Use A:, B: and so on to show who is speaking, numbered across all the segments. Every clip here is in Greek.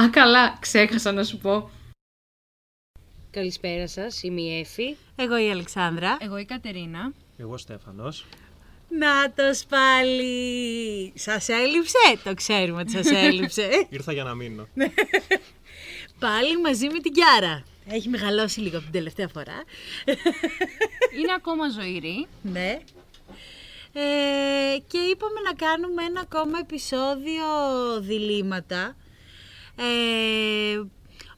A: Α, καλά, ξέχασα να σου πω.
B: Καλησπέρα σας, είμαι η Εφη.
C: Εγώ η Αλεξάνδρα.
A: Εγώ η Κατερίνα.
D: Εγώ Στέφανος.
C: Να τος πάλι! Σας έλειψε, το ξέρουμε ότι σας έλειψε. Ε,
D: Ήρθα για να μείνω.
B: Ναι.
C: Πάλι μαζί με την Κιάρα. Έχει μεγαλώσει λίγο από την τελευταία φορά.
A: Είναι ακόμα ζωηρή.
C: ναι. Ε, και είπαμε να κάνουμε ένα ακόμα επεισόδιο διλήμματα. Ε,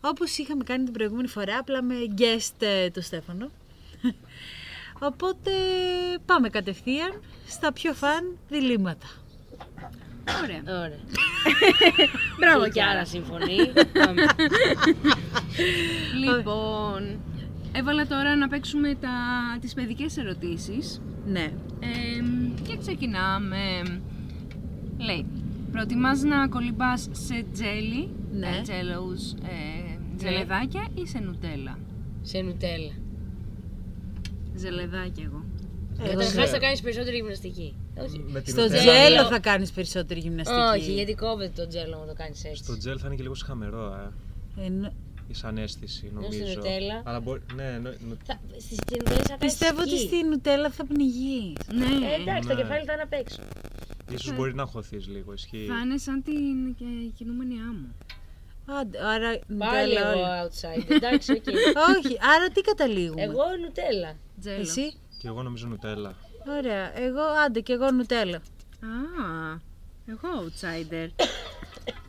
C: όπως είχαμε κάνει την προηγούμενη φορά, απλά με guest ε, το Στέφανο. Οπότε πάμε κατευθείαν στα πιο φαν διλήμματα.
A: Ωραία.
B: Ωραία.
A: Μπράβο,
B: Η Κιάρα συμφωνεί. Πάμε.
A: Λοιπόν, έβαλα τώρα να παίξουμε τα... τις παιδικές ερωτήσεις.
C: Ναι.
A: Ε, και ξεκινάμε. Λέει, προτιμάς να κολυμπάς σε τζέλι,
C: Ναι.
A: ε, τζέλους, ε, τζελεδάκια ή σε νουτέλα.
B: Σε νουτέλα.
A: Ζελεδάκια εγώ.
B: Καταρχάς
D: ξέρω.
B: θα κάνεις περισσότερη γυμναστική. Ε, Όχι.
D: Με την
C: Στο
D: Ουθέλα.
C: τζέλο θα κάνεις περισσότερη γυμναστική.
B: Όχι, γιατί κόβεται το τζέλο να το κάνεις έτσι.
D: Στο τζέλ θα είναι και λίγο σχαμερό, ε.
C: Εν-
D: Η σαν αίσθηση, νομίζω.
B: στην Νουτέλα.
D: Αλλά μπορεί... Ναι, ναι, ναι.
B: Θα- Στις νουτέλες θα κάνεις
C: Πιστεύω ότι
B: σκι.
C: στη νουτέλα θα πνιγείς.
A: Ναι,
B: Ε, Εντάξει, το
D: Ναι.
B: κεφάλι ήταν απ' έξω.
D: Ίσως μπορεί να χωθείς λίγο, ισχύει.
A: θα είναι σαν την ε, κινούμενη άμμο.
C: Άντε, άρα
B: Πάλι
C: νουτέλα
B: εγώ
C: όλοι.
B: outside. Εντάξει, οκ.
C: Όχι, άρα τι καταλήγουμε.
B: Εγώ νουτέλα.
A: Τζέλο.
C: Εσύ.
D: Και εγώ νομίζω νουτέλα.
C: Ωραία. Εγώ, άντε και εγώ νουτέλα.
A: Α, εγώ outsider.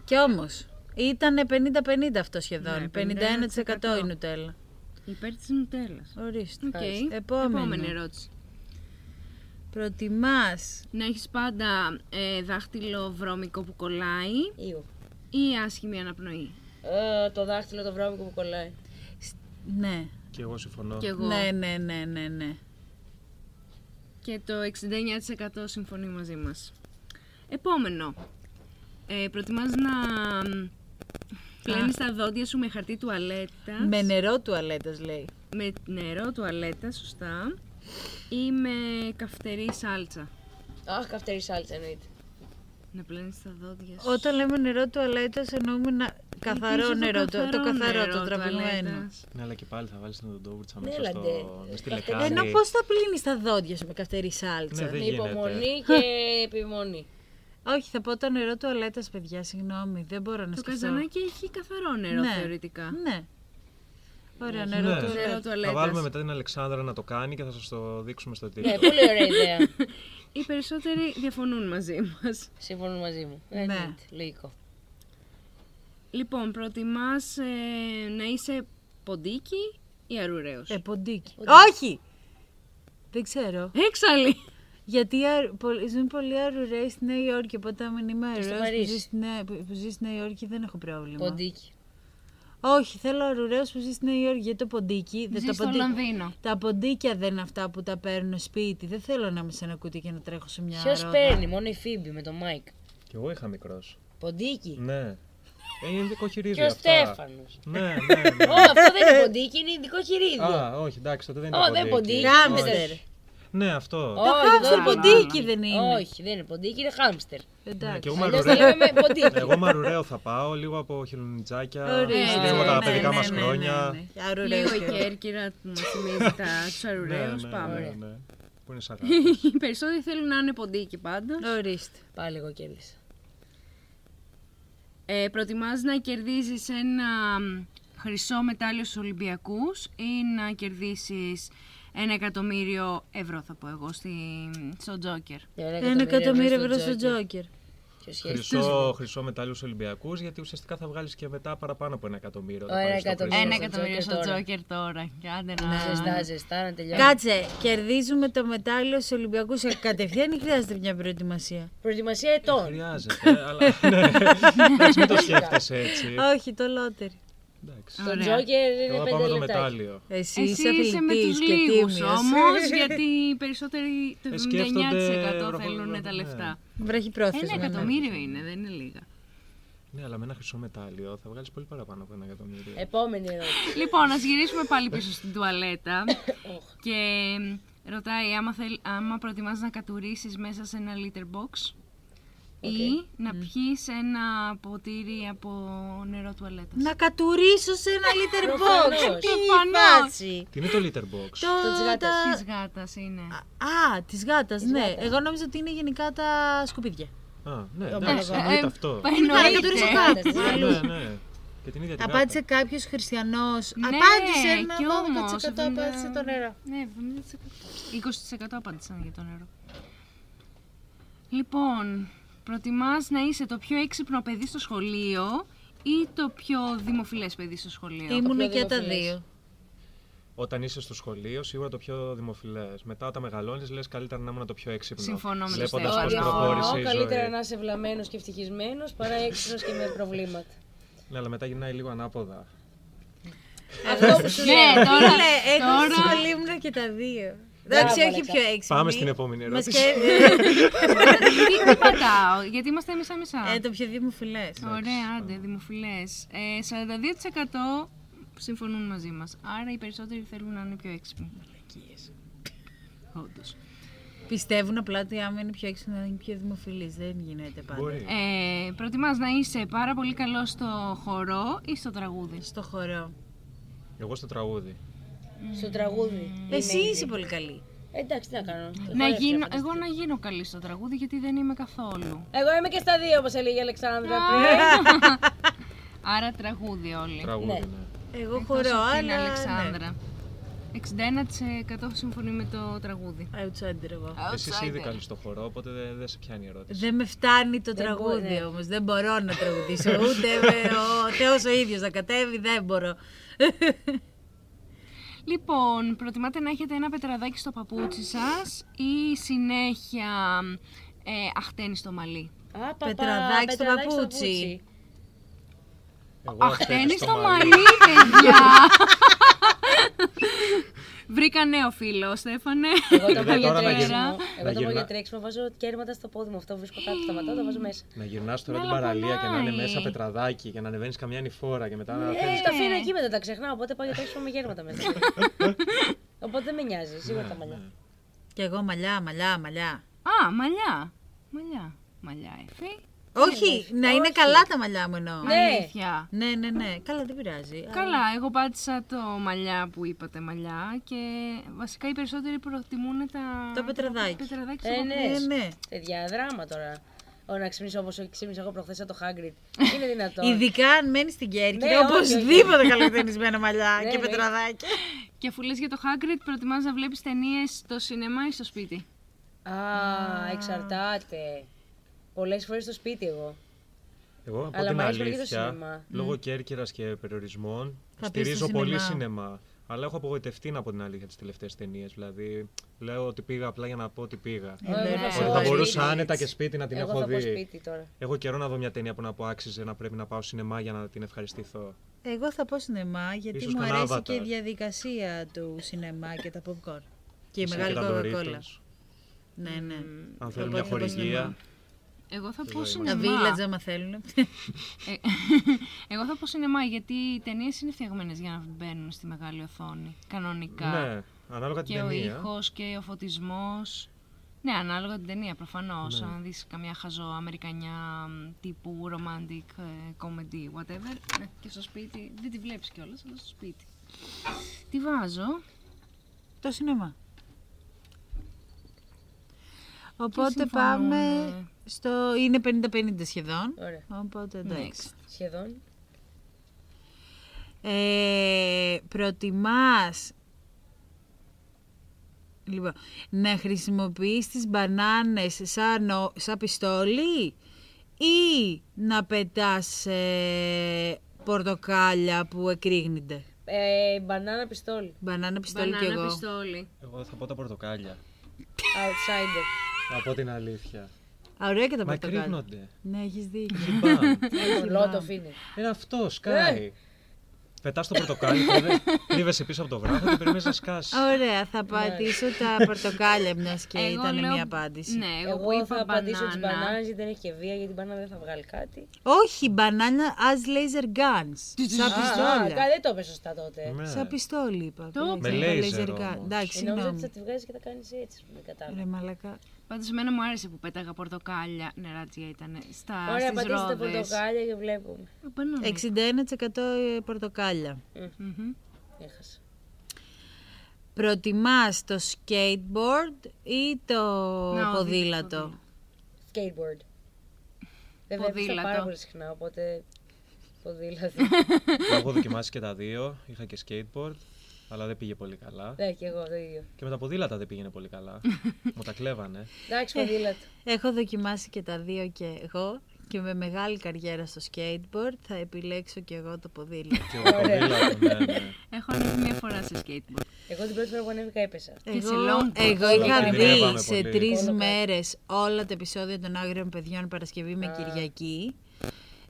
C: Κι όμως, ήταν 50-50 αυτό σχεδόν.
A: Ναι,
C: 51%
A: 51%
C: η νουτέλα.
A: Υπέρ της νουτέλας.
C: Ορίστε.
A: Οκ.
C: Επόμενη.
A: Επόμενη ερώτηση.
C: Προτιμάς
A: Να έχεις πάντα ε, δάχτυλο βρώμικο που κολλάει
B: Ήου.
A: ή άσχημη αναπνοή.
B: Ε, Το δάχτυλο το βρώμικο που κολλάει.
C: Ναι.
D: Και εγώ συμφωνώ.
A: Και εγώ.
C: Ναι, ναι, ναι, ναι, ναι.
A: Και το 69% συμφωνεί μαζί μας. Επόμενο. Ε, προτιμάς να μ, πλένεις τα δόντια σου με χαρτί τουαλέτας,
C: Με νερό τουαλέτας λέει.
A: με νερό τουαλέτας, σωστά, ή με καυτερή σάλτσα.
B: Αχ, καυτερή σάλτσα εννοείται.
A: Να πλένεις τα δόντια σου.
C: Όταν λέμε νερό τουαλέτας εννοούμε να... καθαρό
A: Επίσης,
C: νερό, το, το καθαρό,
A: νερό
C: το τραβηγμένο.
A: τουαλέτας.
D: Ναι, αλλά και πάλι θα βάλεις την οντόβουρτσα
B: Ναι,
D: μέσα
B: αλλά
D: στο...
B: ντε.
D: μες στη
B: Αυτά
D: λεκάνη.
C: Ε, Ενώ πώς θα πλύνεις τα δόντια σου με καυτερή
D: Ναι,
C: σάλτσα.
D: δεν
B: Με
D: γίνεται.
B: υπομονή και επιμονή.
C: Όχι, θα πω το νερό τουαλέτα, παιδιά, συγγνώμη. Δεν μπορώ να
A: Το
C: σκεφτώ.
A: καζανάκι έχει καθαρό νερό
C: Ναι.
A: θεωρητικά.
C: Ναι. Ωραία, νερό
D: Ναι.
A: Νερό
C: τουαλέτα.
D: Θα
A: τουαλέτας.
D: βάλουμε μετά την Αλεξάνδρα να το κάνει και θα σας το δείξουμε στο
B: Ναι,
D: τίτλο.
B: πολύ ωραία ιδέα.
A: Οι περισσότεροι διαφωνούν μαζί μας.
B: Συμφωνούν μαζί μου. Ναι. Λογικό.
A: Λοιπόν, προτιμάς ε, να είσαι ποντίκι ή αρουραίος.
C: Ε, ποντίκι. Όχι! Δεν ξέρω.
A: Έξαλλη!
C: Γιατί αρ- πο- ζουν πολλοί αρουραίοι στη Νέα Υόρκη. Οπότε, αν είμαι
B: στο
C: αρουραίος που,
B: Παρίσι.
C: ζει στη Νέα- που ζει στη Νέα Υόρκη, δεν έχω πρόβλημα.
B: Ποντίκι.
C: Όχι, θέλω αρουραίο που ζει στη Νέα Υόρκη. Γιατί το ποντίκι.
A: Ζεις
C: τα
A: στο
C: ποντί-
A: Λονδίνο.
C: Τα ποντίκια δεν είναι αυτά που τα παίρνω σπίτι. Δεν θέλω να είμαι σε ένα κουτί και να τρέχω σε μια
B: Ποιος
C: ρόδα.
B: παίρνει, μόνο η Φίμπη με τον Μάικ.
D: Και εγώ είχα μικρός.
B: Ποντίκι.
D: Ναι. Ε, Είναι δικό χειρίδι
B: Και ο
D: αυτά.
B: Στέφανος.
D: Ναι, ναι, ναι.
B: Ω, αυτό δεν είναι ποντίκι, είναι ειδικό χειρίδιο.
D: Α, όχι, εντάξει, τότε δεν
B: Ω, δεν
D: είναι
B: είναι ποντίκι.
C: Χάμστερ.
B: Όχι.
D: Ναι, αυτό.
C: Το
B: Όχι,
C: χάμστερ
B: δεν είναι.
C: ποντίκι δεν είναι.
B: Όχι, δεν είναι ποντίκι, είναι χάμστερ.
D: Ναι, και
C: Εντάξει.
D: εγώ
B: Αλλιώ θα λέμε
D: μαρουραίο.
B: με ποντίκι.
D: Εγώ μαρουραίο θα πάω, λίγο από χελουνιτζάκια,
C: Ορίστε.
D: λίγο
A: Ναι,
D: τα
A: ναι,
D: παιδικά
A: ναι,
D: μας
A: ναι,
D: χρόνια.
C: ναι. Αρουραίο
A: Λίγο η
C: και-
A: Κέρκυρα που μας θυμίζει τα τους αρουραίους. Πάμε.
D: ναι, ναι. Πού είναι σαν
A: Οι περισσότεροι θέλουν να είναι ποντίκι πάντα.
C: Ορίστε.
B: Πάλι εγώ κέρδισα.
A: Ε, προτιμάς να κερδίζεις ένα χρυσό μετάλλιο στους Ολυμπιακούς ή να κερδίσεις ένα εκατομμύριο ευρώ θα πω εγώ στη, στο Τζόκερ.
C: Ένα εκατομμύριο ευρώ στο Τζόκερ.
B: Ποιο σχέση.
D: χρυσό, χρυσό μετάλλιο στους Ολυμπιακούς, γιατί ουσιαστικά θα βγάλεις και μετά παραπάνω από ένα εκατομμύριο.
B: Ω, ένα
D: πάρεις το
B: εκατομμύριο.
D: χρυσό.
A: Ένα
B: στο
A: εκατομμύριο
B: Τζόκερ
A: στο
B: τώρα.
A: Τζόκερ τώρα. Και άντε να...
B: Ζεστά, ζεστά, να τελειώνει.
C: Κάτσε, κερδίζουμε το μετάλλιο στους Ολυμπιακούς. Κατευθείαν ή χρειάζεται μια προετοιμασία.
B: Προετοιμασία ετών.
D: Χρειάζεται, αλλά ναι. Εντάξει, μην το σκέφτεσαι έτσι.
C: Όχι, το λότερι.
D: Εντάξει.
B: Το
A: Ωραία.
B: Τζόκερ
D: Εγώ
B: είναι
D: θα πάω με
B: πέντε
D: το
B: λεπτά.
D: μετάλλιο.
C: Εσύ,
A: Εσύ
C: είσαι
A: είσαι με
C: αθλητής
A: τους
C: και
A: λίγους
C: τίμιος.
A: όμως, γιατί οι περισσότεροι το
D: Ε,
A: 79%
D: σκέφτονται,
A: θέλουν τα
D: ναι.
A: λεφτά.
C: Βρέχει
A: Ένα
C: πρόθεσμα. ναι.
A: εκατομμύριο είναι, δεν είναι λίγα.
D: Ναι, αλλά με ένα χρυσό μετάλλιο θα βγάλεις πολύ παραπάνω από ένα εκατομμύριο.
B: Επόμενη ερώτηση.
A: Λοιπόν, ας γυρίσουμε πάλι πίσω στην τουαλέτα και ρωτάει άμα, θέλ, άμα προτιμάς να κατουρίσεις μέσα σε ένα litter box Ή να πιεις ένα ποτήρι από νερό τουαλέτας.
C: Να κατουρίσω σε ένα litter box.
B: Προφανώς.
C: Τι
A: Προφανώς.
C: φάση.
D: Τι είναι το litter box.
C: Το,
B: της γάτας.
C: τα-
A: Της γάτας είναι.
C: Α, της γάτας, ναι.
B: γάτας.
C: Εγώ νόμιζα ότι είναι γενικά τα σκουπίδια.
D: Α, ναι,
B: Το
D: εντάξει,
B: μάγο.
D: εννοείται αυτό.
C: Θα
A: Εννοείται.
C: κατουρίσω
B: γάτας.
C: κάπου. αλλού.
D: Ναι, ναι. Και την ίδια την
C: Απάντησε κάποιος χριστιανός.
A: Ναι,
C: απάντησε ένα
A: κι
C: 12%
A: όμως,
C: απάντησε το νερό.
A: Ναι, 70%. 20% απάντησαν για το νερό. Λοιπόν, προτιμάς να είσαι το πιο έξυπνο παιδί στο σχολείο ή το πιο δημοφιλές παιδί στο σχολείο.
C: Ήμουν
B: πιο
C: και τα
B: δημοφιλές.
C: δύο.
D: Όταν είσαι στο σχολείο, σίγουρα το πιο δημοφιλές. Μετά όταν μεγαλώνεις, λες καλύτερα να ήμουν το πιο έξυπνο.
A: Συμφωνώ με τον
D: Βλέποντα
A: Στέλιο.
D: πώ
A: Συμφωνώ.
D: προχώρησε η
B: Καλύτερα να
D: ζωή.
B: είσαι βλαμμένος και ευτυχισμένος παρά έξυπνος και με προβλήματα.
C: Mm.
D: Ναι, αλλά μετά γυρνάει λίγο ανάποδα.
B: Αυτό που σου
A: Ναι,
B: λέω.
A: τώρα,
C: Φίλε, εγώ στο
A: τώρα
C: σχολείο ήμουν και τα δύο. Εντάξει, όχι
B: Αλέξανδρα.
C: πιο έξυπνη.
D: Πάμε στην επόμενη
C: Με
D: ερώτηση.
C: σκέφτε-
A: τι τι πατάω, γιατί είμαστε μισά-μισά.
C: Ε, το πιο δημοφιλές.
A: Ωραία, άντε, δημοφιλές. Ε, 42% συμφωνούν μαζί μας. Άρα οι περισσότεροι θέλουν να είναι πιο έξυπνοι. Όντως.
C: Πιστεύουν απλά ότι άμα είναι πιο έξυπνη, θα είναι πιο δημοφιλή. Δεν γίνεται πάντα.
D: Μπορεί.
A: Ε, προτιμάς να είσαι πάρα πολύ καλός στο χορό ή στο τραγούδι.
C: Στο χορό.
D: Εγώ στο τραγούδι.
A: Ναι.
B: Στο τραγούδι.
C: Εσύ
B: Είναι
C: είσαι
B: ήδη.
C: πολύ καλή.
B: Ε, Εντάξει, τι να κάνω.
A: Να
B: Χορεύτρια
A: γίνω,
B: φανταστική.
A: εγώ να γίνω καλή στο τραγούδι γιατί δεν είμαι καθόλου.
B: Εγώ είμαι και στα δύο, όπως έλεγε η Αλεξάνδρα πριν.
A: Άρα τραγούδι όλοι.
D: Τραγούδι, ναι.
C: Εγώ
A: Εκτός
C: χορό,
A: από την
C: αλλά.
A: Αλεξάνδρα. 61% συμφωνεί με το τραγούδι.
C: ναι. Outsider εγώ.
D: Εσύ είσαι ήδη
A: Outsider.
D: καλή στο χορό, οπότε δε- δεν σε πιάνει η ερώτηση.
C: Δεν με φτάνει το τραγούδι όμως. Δεν μπορώ να τραγουδήσω. Ούτε με ο Θεός ο ίδιος να κατέβει, δεν μπορώ.
A: Λοιπόν, προτιμάτε να έχετε ένα πετραδάκι στο παπούτσι σας ή συνέχεια ε, αχτένι στο μαλλί.
B: Α, παπα,
C: Πετραδάκι στο παπούτσι.
D: Εγώ
A: Αχτένι
D: αχτένι
A: στο μαλλί, παιδιά! Βρήκα νέο φίλο, Στέφανε.
B: Εγώ το
D: Εδώ
B: πάω για
D: Ε, τώρα να
B: τρέξιμο.
D: γυρνά- να
B: Εγώ το πάω για
D: γυρνά-
B: τρέξιμο. Βάζω κέρματα στο πόδι μου. Αυτό βρίσκω κάτω, σταματάω, το βάζω μέσα.
D: Να γυρνάς τώρα την
A: αλλά
D: παραλία και να είναι
A: πονάει.
D: μέσα πετραδάκι και να ανεβαίνεις καμιά νηφόρα και μετά να
A: Ναι.
B: Ε,
D: φέρεις-
B: τα αφήνω εκεί μετά, τα ξεχνάω. Οπότε πάω για τρέξιμο με γέρματα μέσα. Οπότε δεν με νοιάζει, σίγουρα τα μαλλιά.
C: Κι εγώ μαλλιά, μαλλιά, μαλλιά.
A: Α, μαλλιά. Μαλλιά. Μαλλιά, εφή.
C: Όχι, να είναι καλά τα μαλλιά μου εννοώ.
B: Ναι.
A: Αλήθεια.
C: Ναι, ναι, ναι. Καλά, δεν πειράζει.
A: Καλά, εγώ πάτησα το μαλλιά που είπατε μαλλιά και βασικά οι περισσότεροι προτιμούν τα...
C: Το πετραδάκι.
A: πετραδάκι
B: Ε,
A: στο
B: ναι.
C: Ε, ναι.
B: Παιδιά, δράμα τώρα. Ω, να ξυπνήσω όπως ξύπνησα εγώ προχθές από το Hagrid. Είναι δυνατόν.
C: Ειδικά αν μένεις στην Κέρκυρα,
B: Ναι, όχι,
C: οπωσδήποτε καλοκτενισμένα μαλλιά και
B: ναι.
C: πετραδάκια.
A: Και αφού λες για το Hagrid, προτιμάς να βλέπεις ταινίες στο σινεμά ή στο σπίτι.
B: Α, εξαρτάται. Πολλές φορές στο σπίτι εγώ.
D: Εγώ από
B: Αλλά
D: την
B: μ' αρέσει πολύ και το
D: αλήθεια,
B: σινεμά.
D: λόγω κέρκυρας και περιορισμών,
C: Θα πεις
D: στηρίζω
C: στο
D: πολύ
C: σινεμά.
D: σινεμά. Αλλά έχω απογοητευτεί να πω την αλήθεια τις τελευταίες ταινίες. Δηλαδή, λέω ότι πήγα απλά για να πω ότι πήγα.
C: Ε, ναι.
B: Εγώ
D: Ότι θα
B: πάω
D: μπορούσα
B: σπίτι.
D: άνετα και σπίτι να την
B: Εγώ
D: έχω
B: θα πω
D: δει.
B: σπίτι τώρα.
D: Έχω καιρό να δω μια ταινία που να πω άξιζε να πρέπει να πάω σινεμά για να την ευχαριστηθώ.
C: Εγώ θα πω σινεμά γιατί
D: Ίσως
C: μου
D: κανένα
C: αρέσει
D: Avatar.
C: και η διαδικασία του σινεμά και τα popcorn. Και η
D: Φυσικά
C: μεγάλη
D: τα
C: κοκακόλα.
D: Doritos,
C: Ναι, ναι.
D: Αν θέλουν μια
C: Οπότε θα πω
D: χορηγία.
A: Εγώ θα πω
C: Τα
A: σινεμά.
C: village άμα θέλουν.
A: Ε, εγώ θα πω σινεμά γιατί οι ταινίες είναι φτιαγμένες για να μπαίνουν στη μεγάλη οθόνη. Κανονικά.
D: Ναι, ανάλογα την
A: και ο
D: ταινία.
A: ήχος και ο φωτισμός. Ναι, ανάλογα την ταινία προφανώς.
D: Ναι.
A: Αν δεις καμιά χαζό αμερικανιά μ, τύπου romantic ε, comedy, whatever. Ναι, και στο σπίτι. Δεν τη βλέπεις κιόλας, αλλά στο σπίτι. Τι βάζω.
C: Το σινεμά. Οπότε πάμε στο... Είναι 50-50 σχεδόν.
B: Ωραία.
C: Οπότε εντάξει.
B: Σχεδόν.
C: Ε, προτιμάς Λοιπόν, να χρησιμοποιείς τις μπανάνες σαν, ο- σαν πιστόλι ή να πετάς ε, πορτοκάλια που εκρήγνεται.
B: Ε, μπανάνα πιστόλι.
C: Μπανάνα πιστόλι κι εγώ.
A: πιστόλι.
D: Εγώ θα πω τα πορτοκάλια.
B: Outsider.
D: Από την αλήθεια.
C: Α, Ωραία και τα
D: Μα
C: πορτοκάλια.
D: κρύβνονται.
C: Ναι, έχεις δίκιο.
D: Μπαμ.
B: Το Λότοφ είναι.
D: Είναι αυτός,
B: Ε.
D: σκάει. Πετάς το πορτοκάλι, κρύβε- κρύβεσαι πίσω από το βράχο και περιμένεις να σκάσεις.
C: Ωραία, θα πατήσω τα πορτοκάλια μιας και
A: Ναι. Εγώ
C: ήταν
A: λέω-
C: μια απάντηση.
A: Ναι, εγώ, που
B: Εγώ
A: είπα
B: θα απαντήσω τι
A: μπανάνα.
B: μπανάνες γιατί δεν έχει και βία, γιατί η μπανάνα δεν θα βγάλει κάτι.
C: Όχι, μπανάνα as laser guns. σαν
B: Α, α,
C: πιστόλια.
B: κα- δεν το είπε σωστά τότε. Ε,
D: Ναι.
C: Σαν πιστόλι είπα.
A: Το
C: Το
D: Με λέιζερ όμως.
C: Εντάξει,
B: Νομίζω ότι
C: συγγνώμη.
B: θα τη βγάζει και θα κάνεις έτσι. Δεν
C: Ρε
B: κατάλαβα.
C: μαλακά.
A: Πάντως εμένα μου άρεσε που πέταγα πορτοκάλια. Νεράτσια ήταν. Στα
B: Ωραία,
A: στις
B: πατήστε τα
A: ρόδες.
B: πορτοκάλια και βλέπουμε.
A: Ε, παίρνω, ναι.
C: 61% ε, πορτοκάλια.
A: Μμμ.
B: Έχασα.
C: Προτιμάς το skateboard ή το
A: Να, οδηγείς
C: ποδήλατο.
A: ποδήλατο.
B: Skateboard. Βέβαια, ποδήλατο.
A: Ποδήλατο.
B: πάρα πολύ συχνά, οπότε ποδήλατο.
D: Έχω δοκιμάσει και τα δύο. Είχα και skateboard, αλλά δεν πήγε πολύ καλά.
B: ναι, και εγώ το ίδιο.
D: Και με τα ποδήλατα δεν πήγαινε πολύ καλά. Μου τα κλέβανε.
B: Εντάξει, ποδήλατο.
C: Έχω δοκιμάσει και τα δύο και εγώ και με μεγάλη καριέρα στο skateboard θα επιλέξω και εγώ το ποδήλατο.
D: Και εγώ τα ποδήλατα, ναι, ναι.
A: Έχω ανέβει μια φορά σε skateboard.
B: Εγώ την πρώτη φορά που ανέβηκα έπεσα.
A: Και σε
C: Εγώ,
A: longboard.
C: εγώ
D: Όλα
C: είχα
D: τα
C: δει
D: ειρηνεύαμε
C: σε
D: πολύ.
C: τρεις
B: Όλο κάτι.
C: μέρες όλα τα επεισόδια των Άγριων Παιδιών Παρασκευή με Κυριακή.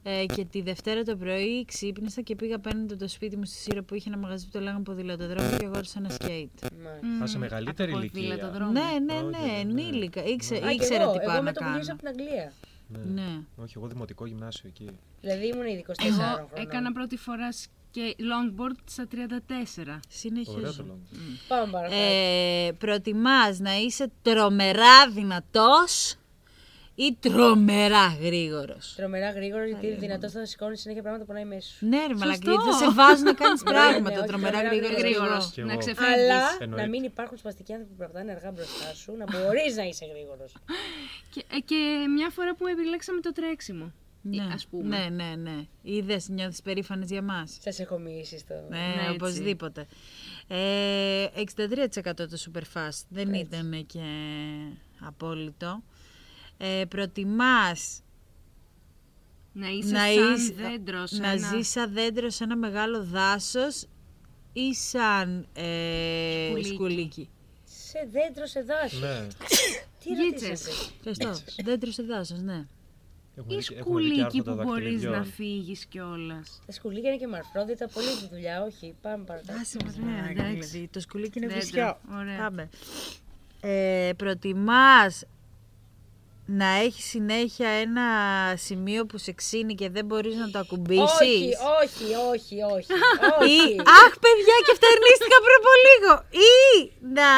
C: Ε, και τη Δευτέρα το πρωί ξύπνησα και πήγα απέναντι από το σπίτι μου στη Σύρο που είχε ένα μαγαζί που το λέγανε ποδηλατοδρόμο και αγόρασα ένα σκέιτ.
B: Μάλιστα.
A: Μμμ.
D: Α, σε μεγαλύτερη
A: Από
D: ηλικία.
A: ποδηλατοδρόμο.
C: Ναι, ναι,
D: Όχι,
C: ναι,
D: ναι.
C: ενήλικα. Ήξε,
B: Α, και
C: ήξερα
B: εγώ.
C: τι πάω
B: Εγώ με
C: να
B: το πηγαίνω
C: κάνω.
B: από την Αγγλία.
D: Ναι.
C: Ναι.
D: Όχι, εγώ δημοτικό γυμνάσιο εκεί.
B: Δηλαδή ήμουν ήδη 24
A: Εγώ
B: χρονών.
A: έκανα πρώτη φορά και longboard στα 34.
D: Ωραίο το
C: Συνεχίζω.
D: λόγο.
B: Πάμε παρακάτω.
C: Ε, προτιμάς να είσαι τρομερά δυνατός ή τρομερά γρήγορος.
B: Τρομερά γρήγορα, γιατί δυνατός θα σηκώνεις συνέχεια πράγματα που να είμαι σου.
C: Ναι, ρε μαλακά,
A: Σωστό.
C: γιατί θα σε βάζουν να κάνεις
B: Ναι, ναι,
C: πράγματα.
B: όχι,
C: τρομερά
B: τρομερά
C: γρήγορος.
B: γρήγορος.
A: Γρήγορο.
D: Κι
A: Να
D: εγώ.
A: ξεφεύγεις.
B: Αλλά να
D: Εννοείται.
B: μην υπάρχουν σπαστικοί άνθρωποι που κρατάνε αργά μπροστά σου, να μπορείς να είσαι γρήγορος.
A: Και, ε, και μια φορά που επιλέξαμε το τρέξιμο. ε,
C: Ναι,
A: Ας πούμε.
C: ναι, ναι, ναι. Είδες, νιώθεις περήφανες για μας.
B: Σας έχω μοιήσει το.
C: Ναι,
A: έτσι.
C: οπωσδήποτε. Ε, 63% το superfast. Δεν ήταν και απόλυτο. Ε, προτιμάς
A: Να είσαι
C: να
A: σαν
C: είσαι-
A: δέντρος. σε
C: να
A: ένα...
C: ζεις σαν δέντρος σε ένα μεγάλο δάσος ή σαν ε,
A: Σκουλίκι.
C: σκουλίκι.
B: Σε δέντρος, σε δάσος.
D: Ναι.
B: Τι
A: Γίτσες.
B: ρωτήσατε.
C: Σωστό. Δέντρος σε δάσος, ναι.
D: Έχουμε
A: Ή
D: δει- έχουμε δει και
A: σκουλίκι
D: άρθρο
A: που
D: των
A: μπορεί να
D: δακτυλιδιών.
A: φύγεις κιόλας.
B: Τα σκουλίκια είναι και μαρφρόδιτα, πολύ τη δουλειά, όχι. Πάμε παρακάτω.
A: Άσε μας, ναι, εντάξει.
C: δηλαδή. το σκουλίκι είναι
A: Δέντρο,
C: βρισιά.
B: Ναι.
A: ωραία.
C: Πάμε. Ε, προτιμάς να έχει συνέχεια ένα σημείο που σε ξύνει και δεν μπορείς να το ακουμπήσεις.
B: Όχι, όχι, όχι, όχι.
C: Ή,
B: όχι.
C: αχ παιδιά και φτερνίστηκα πριν από λίγο. Ή να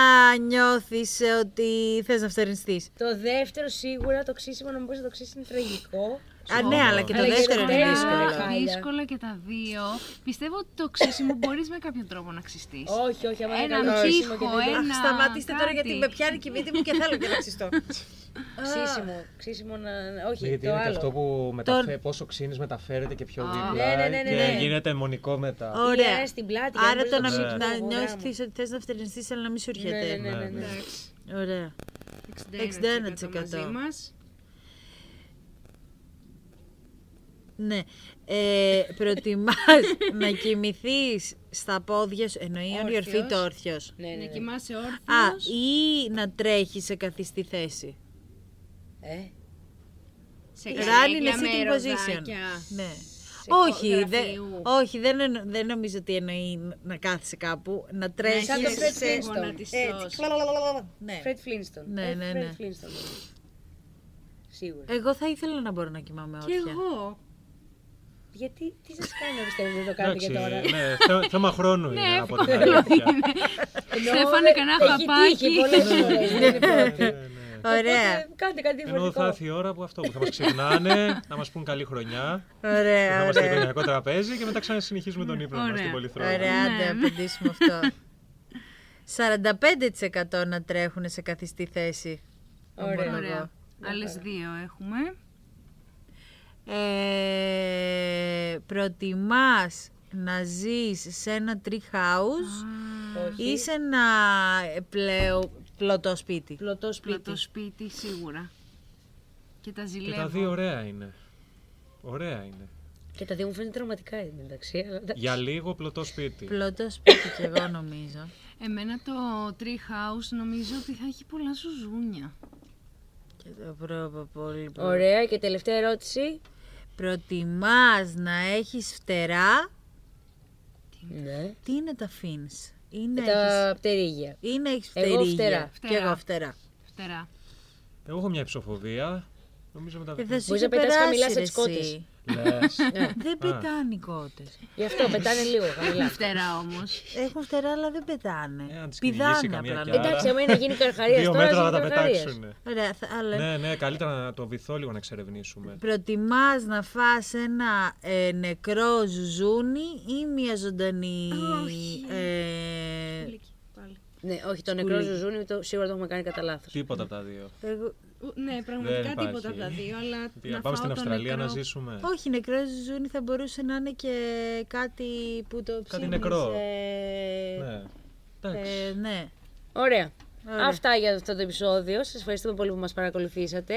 C: νιώθεις ε, ότι θες να φτερνιστείς.
B: Το δεύτερο σίγουρα το ξύσιμο να μου πεις να το ξύσεις είναι τραγικό.
C: Α, ναι, αλλά και το
B: Αλλά και
C: δεύτερο
B: το
C: είναι
B: δεύτερο.
C: δύσκολο.
B: Χάλια.
A: δύσκολο και τα δύο. Πιστεύω ότι το ξύσιμο μπορείς με κάποιο τρόπο να ξυστείς.
B: όχι, όχι, άμα δεν
A: Έναν
B: κάνω το ξύσιμο και
A: τοίχο,
B: δεν το
A: ένα-
C: Αχ, σταματήστε τώρα
A: κάτι.
C: γιατί με πιάνει και η μύτη μου και θέλω και να ξυστώ.
B: ξύσιμο. Ξύσιμο να.
D: Ναι,
B: Όχι,
D: γιατί
B: το
D: είναι και
B: άλλο.
D: αυτό που μεταφέ... πόσο ξύνεις μεταφέρεται και πιο δίπλα
B: Ναι, ναι, ναι, ναι, ναι.
D: και γίνεται αιμονικό μετά.
C: Ωραία.
B: Ή, ε, στην πλάτη,
C: Άρα
B: αν
C: το να, μην-
B: μπορείς
C: να
B: το ψήσεις, μωρά μου.
C: νιώθεις ότι θες να φτερνιστείς αλλά να μην σου έρχεται.
B: Ναι, ναι, ναι, ναι.
A: Εντάξει.
C: Ωραία.
A: 61%
C: 61%.
A: μαζί μας.
C: Ναι. Ε, προτιμάς να κοιμηθείς στα πόδια σου, εννοεί αν
A: Όρθιος.
C: διορθεί το όρθιος.
B: Ναι, ναι,
A: Να
B: ναι.
A: κοιμάσαι
C: Ε, Α,
A: όρθιος.
C: ή να τρέχεις σε καθιστή θέση.
B: Ε,
A: σε
C: Running
A: καρέκλια
C: a
A: με
C: sitting position.
A: ροδάκια.
C: Ναι. Όχι, δε,
A: γραφείου.
C: όχι δεν, εννο- δεν νομίζω ότι εννοεί να κάθεσαι κάπου, να τρέχεις.
B: Ναι, σαν το
A: Είσαι
B: Fred Flintstone.
C: Ε,
A: γονατιστός.
C: Ναι.
B: Fred Flintstone.
C: Ναι,
B: Ε,
C: ναι,
B: Fred
C: ναι. Ε.
B: Flintstone. Σίγουρα.
C: Εγώ θα ήθελα να μπορώ να κοιμάμαι
A: Κι
C: όρθια.
A: εγώ.
B: Γιατί, τι σας κάνει να πιστεύετε ότι δεν το κάνετε και τώρα.
D: ναι, θέ- θέμα χρόνου
B: Ναι,
D: είναι από την
A: εύκολο
D: αλήθεια.
A: είναι.
B: Εννοώ,
A: Στέφανε,
B: ε,
A: κανένα
B: Έχει τύχει
A: χαπάκι.
B: πολλές φορές. δεν είναι πρώτη.
D: Ναι, ναι.
C: Ωραία,
B: Οπότε, Κάντε κάτι
D: Ενώ θα
B: διαφορετικό.
D: έρθει η ώρα που αυτό που θα μας ξυπνάνε, να μας πούν καλή χρονιά, που θα
C: ωραία,
D: είμαστε
C: ωραία.
D: οικογενειακό τραπέζι και μετά ξανασυνεχίζουμε τον ύπνο μας
A: Ωραία.
D: στην πολυθρόνα.
B: Ναι,
C: Ωραία, άντε, απαντήσουμε αυτό. 45% να τρέχουν σε καθιστή θέση.
B: Ωραία.
A: Ωραία. Άλλες δύο έχουμε.
C: Ε, προτιμάς να ζεις σε ένα tree house
B: Όχι.
C: ή σε ένα ε, πλέο, πλωτό σπίτι.
B: Πλωτό σπίτι.
A: Πλατό σπίτι σίγουρα. Και τα
D: Και τα
A: ζηλεύω.
D: δύο ωραία είναι. Ωραία είναι.
B: Και τα δύο μου φαίνονται τραυματικά εν τω μεταξύ. αλλά εντάξει.
D: Για λίγο πλωτό σπίτι.
C: Πλωτό σπίτι κι εγώ νομίζω.
A: Εμένα το tree house νομίζω ότι θα έχει πολλά ζουζούνια.
C: Και το πρόβα πολύ.
B: Ωραία, και τελευταία ερώτηση.
C: Προτιμάς να έχεις φτερά.
B: Ναι.
C: Τι είναι τα fins. Είναι Ναι, έχεις,
B: Ε, Τα πτερίγια.
C: ή να έχεις
B: Εγώ
C: φτερίγια.
B: φτερά.
C: Κι εγώ φτερά.
A: Φτερά.
D: Εγώ έχω μια υψοφοβία. Νομίζω
C: Ε,
D: μετά.
C: θα σου
B: Μπορείς
C: είχε
B: να πετάς χαμηλά
C: περάσει,
B: σε
C: ρε,
B: Ε. τσικώτες.
C: εσύ.
D: Λες.
B: Ναι.
C: Δεν πετάνε οι κότες.
B: Γι' αυτό πετάνε λίγο χαμηλά.
A: Φτερά όμως.
C: Έχουν φτερά, αλλά δεν πετάνε.
D: Ε, αν τις κυνηγήσει
C: Πηδάνε
D: καμία
C: απλά.
D: κι
C: ναι.
D: άλλη.
B: Εντάξει, άμα είναι να γίνει καρχαρίας
D: Δύο
B: τώρα,
D: μέτρα θα
B: γίνει
D: τα
B: καρχαρίας.
D: πετάξουν.
C: Ωραία, θα- αλλά
D: Ναι, ναι, καλύτερα να το βυθό λίγο να εξερευνήσουμε.
C: προτιμάς να φας ένα ε, νεκρό ζουζούνι ή μια ζωντανή... ε,
A: Πάλι.
B: Ναι, όχι, το νεκρό ζουζούνι το, σίγουρα το έχουμε κάνει κατά λάθος.
D: Τίποτα από τα δύο.
C: εγώ-
A: Ου, Ναι, πραγματικά
D: υπάρχει.
A: τίποτα από τα δύο, αλλά.
D: Τι,
A: να
D: πάμε στην
A: φάω το
D: Αυστραλία
A: νεκρό-
D: να ζήσουμε.
C: Όχι, νεκρό ζουζούνι θα μπορούσε να είναι και κάτι που το ψήνεις...
D: νεκρό.
C: ε,
D: Ναι.
C: ε, ναι.
B: Ωραία.
C: Ωραία.
B: Αυτά για αυτό το επεισόδιο. Σας ευχαριστούμε πολύ που μας παρακολουθήσατε.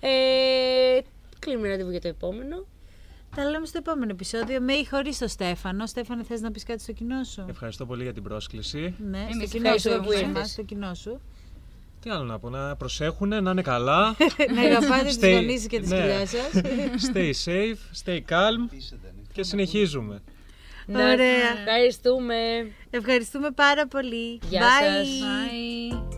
B: Ε, κλείνουμε ραντεβού για το επόμενο.
C: Τα λέμε στο επόμενο επεισόδιο με ή χωρίς το Στέφανο. Στέφανε, θες να πεις κάτι στο κοινό σου?
D: Ευχαριστώ πολύ για την πρόσκληση.
C: Ναι,
A: Εμείς
C: στο κοινό σου,
B: ευχαριστούμε που
C: όχι σε
B: ήρθες.
C: εμάς, στο κοινό σου.
D: Τι άλλο να πω, να προσέχουν, να είναι καλά.
C: να αγαπάτε τις
D: Stay-
C: γονείς και τις
D: ναι.
C: κοιλιάς σας.
D: Stay safe, stay calm και συνεχίζουμε.
B: Να-
C: Ωραία.
B: Ευχαριστούμε.
C: Ευχαριστούμε πάρα πολύ.
B: Γεια
C: Bye.
B: σας.
A: Bye.